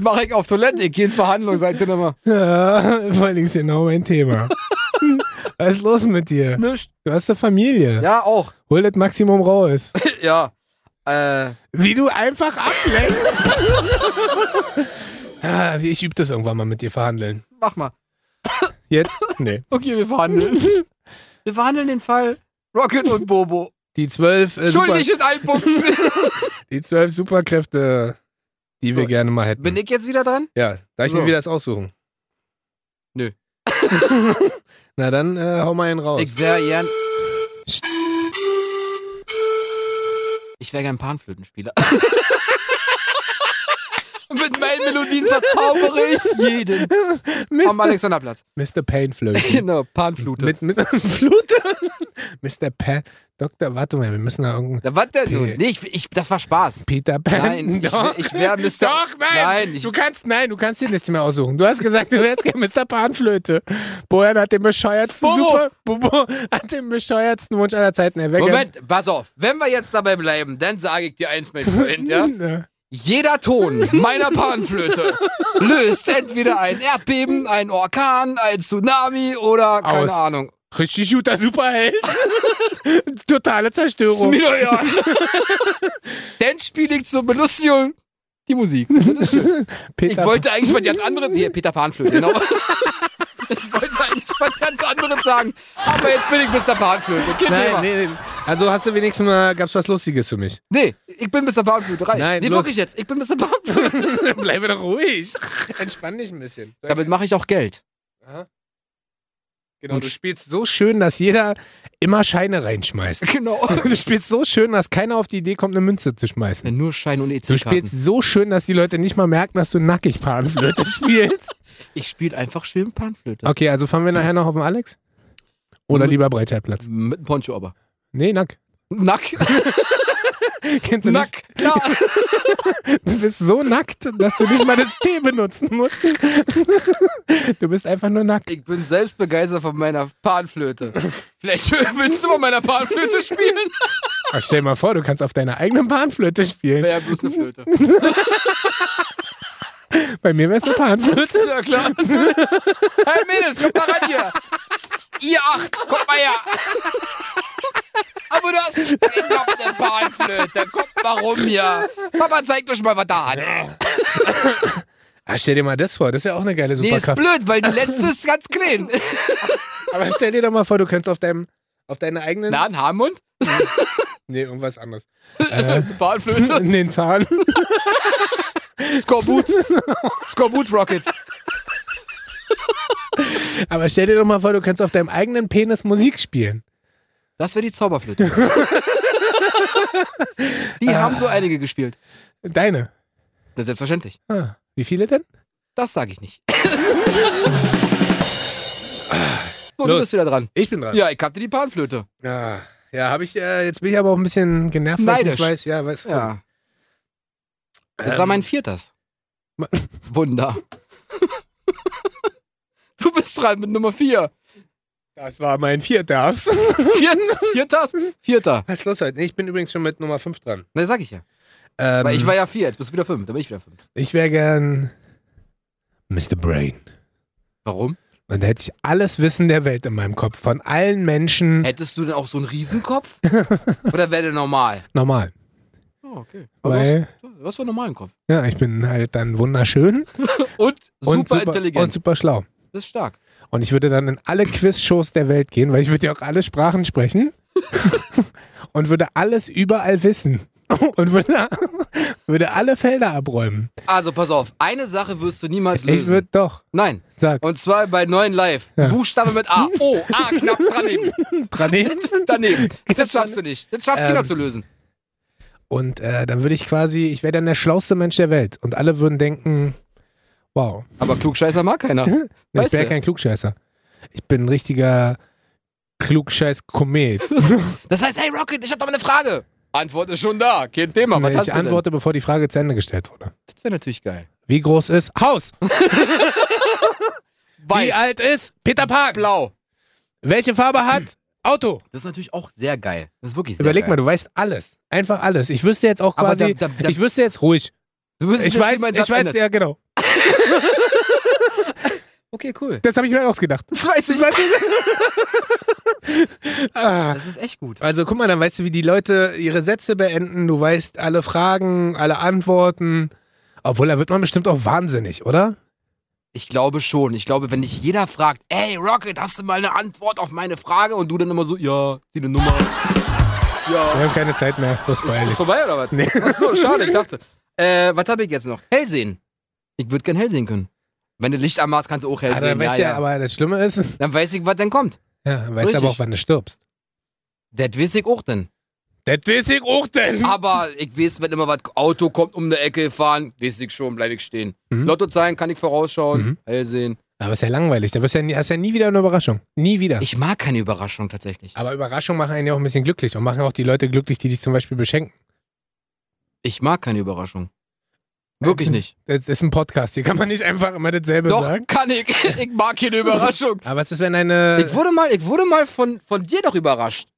S1: Mach ich auf Toilette, ich gehe in Verhandlung, seid ihr nochmal.
S2: Ja, vor allem ist genau
S1: [LAUGHS]
S2: mein Thema. Was ist los mit dir?
S1: Nicht.
S2: Du hast eine Familie.
S1: Ja, auch.
S2: Hol das Maximum raus.
S1: Ja. Äh,
S2: Wie du
S1: [LAUGHS]
S2: einfach ablenkst. ah, ich übe das irgendwann mal mit dir verhandeln.
S1: mach mal.
S2: Jetzt? Nee.
S1: Okay, wir [LAUGHS] verhandeln. Wir verhandeln den Fall Rocket und [LAUGHS] Bobo.
S2: Die zwölf, äh, super,
S1: Schuldig in allen Punkten. [LAUGHS]
S2: die zwölf Superkräfte, die wir
S1: So.
S2: gerne mal hätten.
S1: Bin ich jetzt wieder dran?
S2: Ja, darf ich
S1: So.
S2: mir wieder das aussuchen?
S1: Nö.
S2: [LAUGHS] Na dann äh, hau mal einen raus. [LAUGHS]
S1: Ich wäre gern.
S2: St-
S1: Ich wäre gern [LAUGHS] Panflötenspieler. Mit meinen Melodien verzaubere ich jeden. Am
S2: Mr.
S1: Alexanderplatz.
S2: Mr.
S1: [LAUGHS]
S2: Painflöte.
S1: Genau, Panflute.
S2: mit, mit [LAUGHS] Flute? Mr. Pan. Dr. Warte mal, wir müssen da irgendeinen.
S1: da, was denn nun? Nee, ich, ich, das war Spaß.
S2: Peter Pan.
S1: Nein, ich wär- ich wär Mr.
S2: Doch, nein.
S1: Nein, ich-
S2: du kannst, nein, du kannst dir nichts mehr aussuchen. Du hast gesagt, du wärst gerne Mr. Panflöte. Bojan hat den bescheuertsten
S1: Bobo.
S2: Super, Bobo hat den bescheuertsten Wunsch aller Zeiten. Er wär
S1: Moment, pass auf. Wenn wir jetzt dabei bleiben, dann sage ich dir eins, mein Freund, [LAUGHS] ja?
S2: gern- Ja.
S1: Jeder Ton meiner Panflöte löst entweder ein Erdbeben, ein Orkan, ein Tsunami oder keine
S2: Aus.
S1: Ahnung.
S2: Richtig guter Superheld. [LAUGHS] Totale
S1: Ist
S2: Zerstörung.
S1: mir doch [LAUGHS] egal. Dann spiele ich zur Belustigung die Musik. Das ist schön. Ich
S2: [LAUGHS] Peter
S1: wollte eigentlich was ganz anderes. Hier, Peter Panflöte, genau. [LAUGHS] Ich wollte eigentlich was ganz anderes sagen. Aber jetzt bin ich Mr. Panflöte. Kein Thema.
S2: Nein, nee, nee. Also hast du wenigstens mal, gab's was Lustiges für
S1: [LAUGHS]
S2: mich?
S1: Nee, ich bin Mr. Panflöte. Reich.
S2: Nein,
S1: nee,
S2: los.
S1: wirklich jetzt. Ich bin Mr. Panflöte.
S2: Bleibe doch ruhig. [LAUGHS] Entspann dich ein bisschen.
S1: Damit mache ich auch Geld.
S2: Genau, du spielst so schön, dass jeder immer
S1: [LAUGHS]
S2: Scheine reinschmeißt.
S1: [LAUGHS] Genau.
S2: Du spielst so schön, dass keiner auf die Idee kommt, eine Münze zu schmeißen.
S1: Nur Schein und E
S2: Du
S1: EC-Karten.
S2: spielst so schön, dass die Leute nicht mal merken, dass du
S1: [LAUGHS]
S2: nackig Panflöte spielst.
S1: Ich spiele einfach schön Panflöte.
S2: Okay, also fahren wir nachher noch auf den Alex? Oder lieber Breitscheidplatz?
S1: Mit einem Poncho aber.
S2: Nee, nack. [LAUGHS]
S1: [LAUGHS] Nack,
S2: Kennst du nicht?
S1: nack, klar.
S2: Du bist so nackt, dass du nicht mal das T benutzen musst. Du bist einfach nur nackt.
S1: Ich bin selbst begeistert von meiner Panflöte. Vielleicht willst du mal meiner Panflöte spielen?
S2: Ach, Ah, stell mal vor, du kannst auf deiner eigenen Panflöte spielen.
S1: Wäre [LAUGHS] ja bloß eine Flöte.
S2: Bei mir wär's eine Panflöte.
S1: Ist [LAUGHS] ja klar, natürlich. Hey Mädels, kommt mal ran hier. Ihr acht, kommt mal her. Aber du hast ich glaub, eine Panflöte. Kommt mal rum hier. Papa zeigt euch mal, was da hat.
S2: Ach, Ah, stell dir mal das vor, das wäre auch eine geile
S1: Nee, ist
S2: Superkraft.
S1: blöd, weil die letzte ist ganz klein.
S2: Aber stell dir doch mal vor, du könntest auf deinem auf deiner eigenen.
S1: Na, ein Haarmund?
S2: Nee, irgendwas anderes. Äh,
S1: Eine [LAUGHS]
S2: [LAUGHS]
S1: Panflöte?
S2: den Zahn.
S1: Skorbut? Skorbut Rocket.
S2: Aber stell dir doch mal vor, du könntest auf deinem eigenen Penis Musik spielen.
S1: Das wäre die
S2: [LAUGHS]
S1: Zauberflöte. die
S2: Ah.
S1: haben so einige gespielt.
S2: Deine.
S1: Na, selbstverständlich.
S2: Ah, wie viele denn?
S1: Das sage ich
S2: [LAUGHS]
S1: nicht. so, du
S2: Los.
S1: bist wieder dran.
S2: Ich bin dran.
S1: Ja, ich hatte die Panflöte.
S2: Ja, Ah, ja habe ich. Äh, jetzt bin ich aber auch ein bisschen genervt, weil ich nicht
S1: Neidisch.
S2: weiß. Ja, weiß.
S1: Ja. Das war mein viertes.
S2: Ähm. Ma-
S1: [LAUGHS] Wunder. du bist dran mit Nummer vier.
S2: Das war mein vierter. Was [LAUGHS]
S1: Vier Viertas? Vierter.
S2: ist los heute? Nee, Ich bin übrigens schon mit Nummer 5 dran.
S1: Ne, sag ich ja.
S2: Ähm,
S1: Weil ich war ja vier, jetzt bist du wieder fünf, dann bin ich wieder fünf.
S2: ich wäre gern Mr. Brain.
S1: Warum?
S2: Und da hätte ich alles Wissen der Welt in meinem Kopf. Von allen Menschen
S1: Hättest du denn auch so einen
S2: [LAUGHS]
S1: Riesenkopf? Oder wäre der normal?
S2: normal.
S1: Oh, okay. Aber du
S2: Weil,
S1: hast- du hast doch einen normalen Kopf.
S2: ja, ich bin halt dann wunderschön
S1: Und super,
S2: und
S1: intelligent.
S2: und super schlau.
S1: das ist stark.
S2: Und ich würde dann in alle Quiz-Shows der Welt gehen, weil ich würde ja auch alle
S1: [LAUGHS]
S2: Sprachen sprechen und würde alles überall wissen. [LAUGHS] Und würde, [LAUGHS] würde alle Felder abräumen.
S1: Also pass auf, eine Sache wirst du niemals lösen.
S2: Ich würde doch,
S1: Nein.
S2: sag,
S1: Und zwar bei neuen Live.
S2: Ja.
S1: Buchstabe mit A. O, A knapp daneben.
S2: [LAUGHS] Planeten.
S1: Daneben. Das schaffst du nicht. Das schafft
S2: Ähm.
S1: keiner zu lösen.
S2: Und äh, dann würde ich quasi, ich wäre dann der schlauste Mensch der Welt. Und alle würden denken, wow,
S1: Aber Klugscheißer mag
S2: [LAUGHS]
S1: keiner.
S2: ich
S1: Weißt
S2: wäre
S1: du?
S2: kein Klugscheißer. Ich bin ein richtiger Klugscheiß-Komet.
S1: Das heißt, hey Rocket, ich hab doch mal eine Frage. Antwort ist schon da. Kein Thema. Was hast
S2: ich
S1: du denn?
S2: antworte, bevor die Frage zu Ende gestellt wurde.
S1: Das wäre natürlich geil.
S2: Wie groß ist Haus?
S1: Weiß.
S2: Wie alt ist Peter Pan?
S1: Blau.
S2: Welche Farbe hat Auto?
S1: Das ist natürlich auch sehr geil. Das ist wirklich sehr
S2: Überleg
S1: geil.
S2: mal, du weißt alles. Einfach alles. Ich wüsste jetzt auch
S1: Aber
S2: quasi,
S1: da- da- da-
S2: ich wüsste jetzt ruhig.
S1: du. Du
S2: Ich weiß, ich weiß, ja genau.
S1: Okay, cool.
S2: Das habe ich mir
S1: [LAUGHS]
S2: auch gedacht.
S1: Das weiß ich.
S2: Ah.
S1: Das ist echt gut.
S2: Also guck mal, dann weißt du, wie die Leute ihre Sätze beenden. Du weißt alle Fragen, alle Antworten. Obwohl, da wird man bestimmt auch wahnsinnig, oder?
S1: Ich glaube schon. Ich glaube, wenn dich jeder fragt, ey Rocket, hast du mal eine Antwort auf meine Frage? Und du dann immer so, ja, zieh eine Nummer.
S2: Wir haben keine Zeit mehr. Los,
S1: Ist, ist
S2: beeilig.
S1: vorbei oder was?
S2: Nee.
S1: Achso, schade, ich
S2: [LAUGHS]
S1: dachte. Äh, was habe ich jetzt noch? Hellsehen. Ich würde gern hellsehen können. Wenn du Licht anmachst, kannst du auch
S2: Ah, dann
S1: hellsehen.
S2: weißt
S1: Ja,
S2: du ja,
S1: ja.
S2: aber das Schlimme ist, [LAUGHS]
S1: Dann weiß ich, was dann kommt.
S2: ja, dann weißt du aber
S1: Richtig.
S2: auch, wann du stirbst.
S1: Das weiß ich auch dann.
S2: Das weiß ich auch denn.
S1: Aber ich weiß, wenn immer was Auto kommt, um eine Ecke fahren, weiß ich schon, bleib ich stehen.
S2: Mhm.
S1: Lottozahlen kann ich vorausschauen,
S2: Mhm.
S1: hellsehen.
S2: Aber ist ja langweilig. Da wirst du ja nie, hast ja nie wieder eine Überraschung. Nie wieder.
S1: Ich mag keine Überraschung tatsächlich.
S2: aber Überraschungen machen einen ja auch ein bisschen glücklich und machen auch die Leute glücklich, die dich zum Beispiel beschenken.
S1: Ich mag keine Überraschung.
S2: [LAUGHS]
S1: Wirklich nicht.
S2: Das ist ein Podcast. Hier kann man nicht einfach immer dasselbe
S1: Doch,
S2: sagen. Äh.
S1: kann ich. [LAUGHS] Ich mag keine Überraschung.
S2: Aber was ist, wenn eine.
S1: Ich wurde mal, ich wurde mal von, von dir doch überrascht.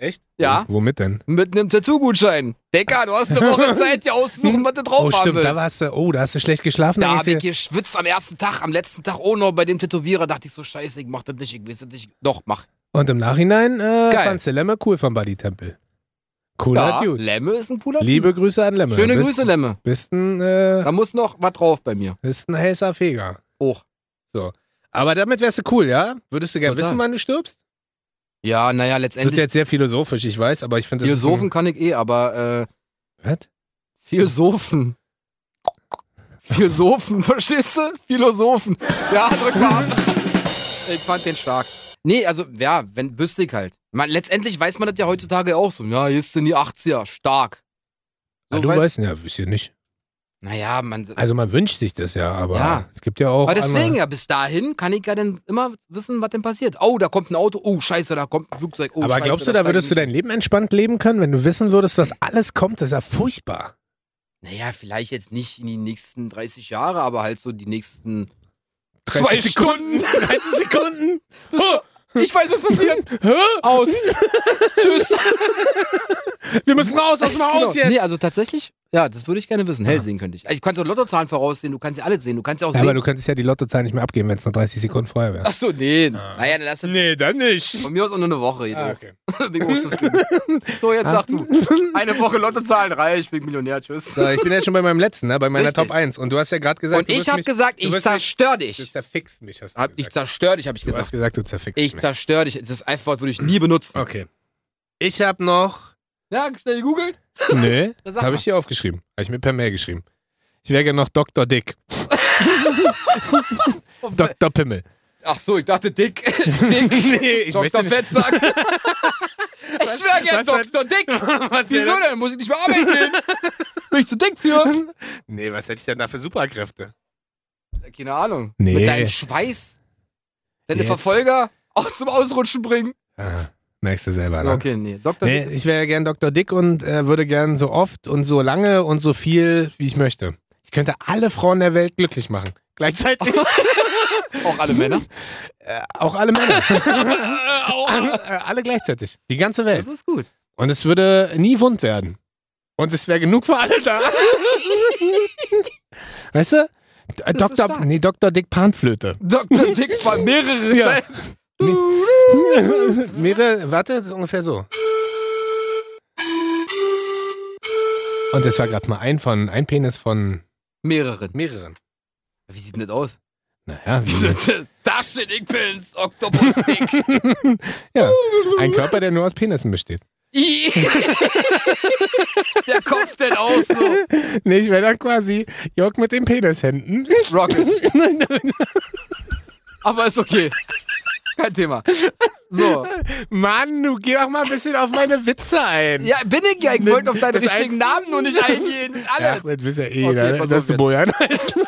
S2: Echt?
S1: Ja.
S2: Womit denn?
S1: Mit einem Tattoo-Gutschein. Decker, du hast eine
S2: [LAUGHS]
S1: Woche Zeit, dir auszusuchen, was du drauf
S2: oh,
S1: haben
S2: stimmt.
S1: willst.
S2: Da warst du. Oh, da hast du schlecht geschlafen.
S1: da
S2: Dann
S1: hab
S2: gehst
S1: ich geschwitzt am ersten Tag, am letzten Tag auch noch bei dem Tätowierer. Dachte ich so, scheiße, ich mach das nicht, ich weiß das nicht. Doch, mach.
S2: du- und im Nachhinein äh,
S1: Ist geil.
S2: fandst du Lemme cool von Buddy Temple. Cooler Dude.
S1: Lemme ist ein cooler
S2: Liebe Grüße an Lemme.
S1: Typ. Schöne
S2: bist,
S1: Grüße, Lemme.
S2: Bist ein, äh,
S1: Da muss noch was drauf bei mir.
S2: bist ein heißer Feger.
S1: Hoch.
S2: So. Aber damit wärst du cool, ja? Würdest du gerne
S1: Total.
S2: wissen, wann du stirbst?
S1: Ja, naja,
S2: Das wird
S1: letztendlich.
S2: jetzt sehr philosophisch, ich weiß, aber ich finde das. ist
S1: Philosophen kann ich eh, aber äh,
S2: Ein, was?
S1: Philosophen. Philosophen, verstehst du? Philosophen. Ja, drück mal ab. Ich fand den stark. Nee, also, ja, wenn, wüsste ich halt. Man, letztendlich weiß man das ja heutzutage auch so. Ja, hier sind die 80er, stark.
S2: Ah,
S1: So,
S2: du
S1: weißt-
S2: weißt, ja, wisst ihr nicht.
S1: Naja, man.
S2: Also man wünscht sich das ja, aber
S1: Ja.
S2: es gibt ja auch.
S1: Aber deswegen
S2: andere-
S1: ja, bis dahin kann ich ja dann immer wissen, was denn passiert. Oh, da kommt ein Auto. Oh, scheiße, da kommt ein Flugzeug. Oh,
S2: aber
S1: scheiße,
S2: glaubst du, da
S1: steigen
S2: würdest du
S1: die-
S2: dein Leben entspannt leben können, wenn du wissen würdest, was alles kommt? Das ist ja furchtbar.
S1: Naja, vielleicht jetzt nicht in die nächsten 30 Jahre, aber halt so die nächsten
S2: 30
S1: Stunden.
S2: 30 Sekunden. [LAUGHS]
S1: Das war- ich weiß, was passiert.
S2: Hä? [LAUGHS]
S1: Aus. Tschüss.
S2: Wir müssen raus aus dem Haus jetzt.
S1: Nee, also tatsächlich, ja, das würde ich gerne wissen. Hell sehen könnte ich. Also, ich könnte auch Lottozahlen voraussehen, du kannst ja alles sehen. Du kannst ja auch
S2: ja, aber
S1: sehen.
S2: du könntest ja die Lottozahl nicht mehr abgeben, wenn es nur 30 Sekunden vorher wäre.
S1: Achso, nee. Naja, dann lass das
S2: Nee, dann nicht.
S1: von mir aus auch nur eine Woche.
S2: Ah,
S1: Ah, [LAUGHS]
S2: okay.
S1: so, jetzt sag du. Eine Woche Lottozahlen reich, bin Millionär, tschüss.
S2: So, ich bin ja schon bei meinem letzten, ne? bei meiner
S1: Richtig.
S2: Top 1. Und du hast ja gerade gesagt,
S1: Und
S2: du
S1: ich
S2: wirst
S1: habe
S2: mich-
S1: gesagt,
S2: du
S1: ich
S2: wirst
S1: zerstör
S2: mich,
S1: dich.
S2: Du zerfickst mich, hast du
S1: Hab,
S2: gesagt.
S1: ich zerstör dich, habe ich
S2: du hast
S1: gesagt.
S2: gesagt, du zerfickst
S1: Ich
S2: mich.
S1: zerstör dich. Das F-Wort würde ich nie benutzen.
S2: Okay. Ich habe [LAUGHS] noch.
S1: Ja, schnell gegoogelt.
S2: Nö,
S1: Das sag
S2: habe
S1: mal.
S2: ich hier aufgeschrieben. Habe ich mir per Mail geschrieben. Ich wäre gerne noch Dr. Dick. Dr. Pimmel.
S1: Ach so, ich dachte
S2: [LAUGHS]
S1: Dick. Dick.
S2: Nee, ich möchte
S1: Dr.
S2: nicht- [LAUGHS]
S1: Fettsack. ich wäre gern
S2: was denn?
S1: Dr. Dick.
S2: [LAUGHS] was
S1: Wieso
S2: denn?
S1: denn? Muss ich nicht mehr arbeiten gehen? [LAUGHS] Bin ich zu dick für?
S2: [LAUGHS] Nee, was hätte ich denn da für Superkräfte?
S1: Äh, Keine Ahnung.
S2: Nee.
S1: Mit deinem Schweiß deine
S2: Jetzt.
S1: Verfolger auch zum Ausrutschen bringen.
S2: Ah, merkst du selber, ne?
S1: Okay, nee. Dr.
S2: Nee,
S1: Dick.
S2: ich wäre gern Dr. Dick und äh, würde gern so oft und so lange und so viel, wie ich möchte. Ich könnte alle Frauen der Welt glücklich machen.
S1: [LAUGHS]
S2: Gleichzeitig
S1: ist Auch alle [LAUGHS] Männer.
S2: äh, auch alle Männer. Äh, alle gleichzeitig. Die ganze Welt.
S1: Äh, Das ist gut.
S2: Und es würde nie wund werden. Und es wäre genug für alle
S1: [LAUGHS]
S2: da. weißt du? D- äh,
S1: Das ist
S2: Dr.
S1: stark.
S2: Nee, Dr. Dick Panflöte.
S1: Dr. Dick war mehrere
S2: Ja.
S1: Seiten.
S2: [LAUGHS] Mehrere, warte, das ist ungefähr so. Und das war gerade mal ein von, ein Penis von
S1: [LAUGHS] Mehreren.
S2: mehreren.
S1: Wie sieht denn das [LAUGHS] aus?
S2: Naja, wie,
S1: Taschenickpins, [LAUGHS] Oktopusdick.
S2: ja, ein Körper, der nur aus Penissen besteht.
S1: I. Der Kopf denn auch so.
S2: Nee, ich wäre dann quasi Jörg mit den Penishänden.
S1: Rocket. [LAUGHS] Aber ist okay. Kein Thema. So.
S2: Mann, du geh doch mal ein bisschen auf meine Witze ein.
S1: Ja, bin ich ja. Ich wollte auf deinen
S2: Das
S1: richtigen
S2: ein-
S1: Namen nur nicht eingehen. Das ist
S2: Ach,
S1: alles.
S2: das wisst ja eh,
S1: Okay,
S2: okay,
S1: pass
S2: dass
S1: auf
S2: du
S1: jetzt.
S2: Bojan [LAUGHS] heißt.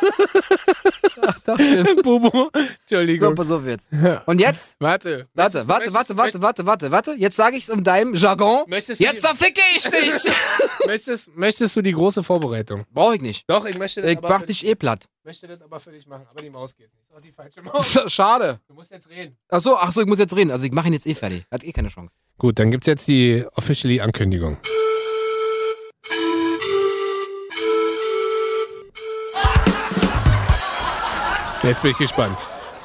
S1: Ach, doch, schön.
S2: Bobo.
S1: So,
S2: Entschuldigung.
S1: pass auf jetzt. Und jetzt?
S2: Warte.
S1: Warte, warte, warte, warte, warte, warte, warte. Jetzt sage ich es in deinem Jargon.
S2: Möchtest du,
S1: Jetzt verficke ich
S2: [LAUGHS]
S1: dich.
S2: die, möchtest, möchtest du die große Vorbereitung?
S1: Brauche ich nicht.
S2: Doch, ich möchte das,
S1: Ich
S2: aber
S1: mach
S2: für, dich.
S1: dich eh platt. [LAUGHS]
S2: möchte das aber für dich machen. Aber die Maus geht nicht. Das ist auch die falsche Maus.
S1: Schade.
S2: Du musst jetzt reden.
S1: Ach so, ach so, ich muss jetzt reden. Also ich mache ihn jetzt eh fertig. Hat eh keine Chance.
S2: Gut, dann gibt's jetzt die officially Ankündigung. Jetzt bin ich gespannt.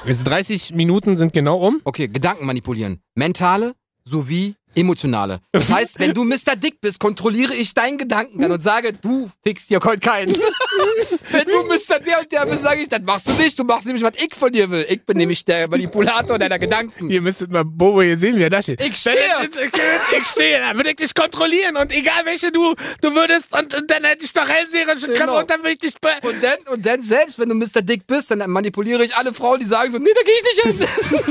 S2: Jetzt 30 Minuten sind genau um.
S1: Okay, Gedanken manipulieren. Mentale sowie emotionale. Das heißt, wenn du Mr. Dick bist, kontrolliere ich deinen Gedankengang und sage, du fickst hier heute keinen.
S2: [LAUGHS]
S1: wenn du Mr. Der und der bist, sage ich, das machst du nicht. Du machst nämlich, was ich von dir will. Ich bin nämlich der Manipulator deiner Gedanken.
S2: Ihr müsstet mal Bobo hier sehen, wie er da steht.
S1: Ich stehe.
S2: Wenn ich- Ich, ich stehe, dann würde ich dich kontrollieren und egal welche du, du würdest und, und dann hätte ich doch hellseherische Kraft
S1: Genau.
S2: und dann würde ich dich... be-
S1: Und dann, und dann selbst, wenn du Mr. Dick bist, dann manipuliere ich alle Frauen, die sagen so, nee, da gehe ich nicht hin.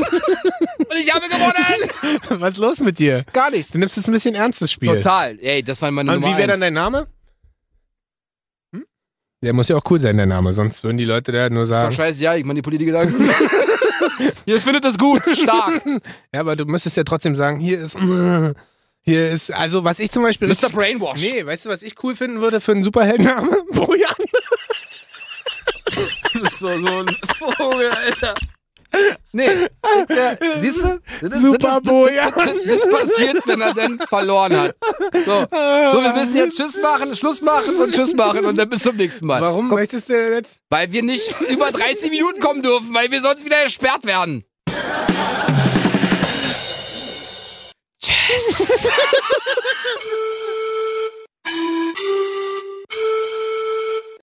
S2: [LAUGHS]
S1: und ich habe gewonnen.
S2: Was ist los mit dir?
S1: Gar nichts.
S2: Du nimmst es ein bisschen ernst, das Spiel.
S1: Total. Ey, das war meine
S2: Und
S1: Nummer
S2: wie wäre
S1: eins.
S2: dann dein Name? Hm? Der muss ja auch cool sein, der Name, sonst würden die Leute da nur
S1: Ist doch
S2: sagen...
S1: scheiße, ja, ich manipuliere die
S2: [LAUGHS]
S1: Gedanken. Ihr findet das gut, stark.
S2: Ja, aber du müsstest ja trotzdem sagen, hier ist... [LAUGHS] Hier ist... Also, was ich zum Beispiel...
S1: Mr. Brainwash.
S2: Nee, weißt du, was ich cool finden würde für einen Superheldenname? [LAUGHS] Bojan.
S1: Du bist so, so ein [LAUGHS] Vogel, Alter. Nee, der, siehst du? Das ist-
S2: Super Bojan.
S1: Das, das, das, das passiert, wenn er dann verloren hat. So. so, wir müssen jetzt Tschüss machen, Schluss machen und Tschüss machen und dann bis zum nächsten Mal.
S2: Warum möchtest du denn jetzt?
S1: Weil wir nicht über 30 Minuten kommen dürfen, weil wir sonst wieder gesperrt werden. Tschüss.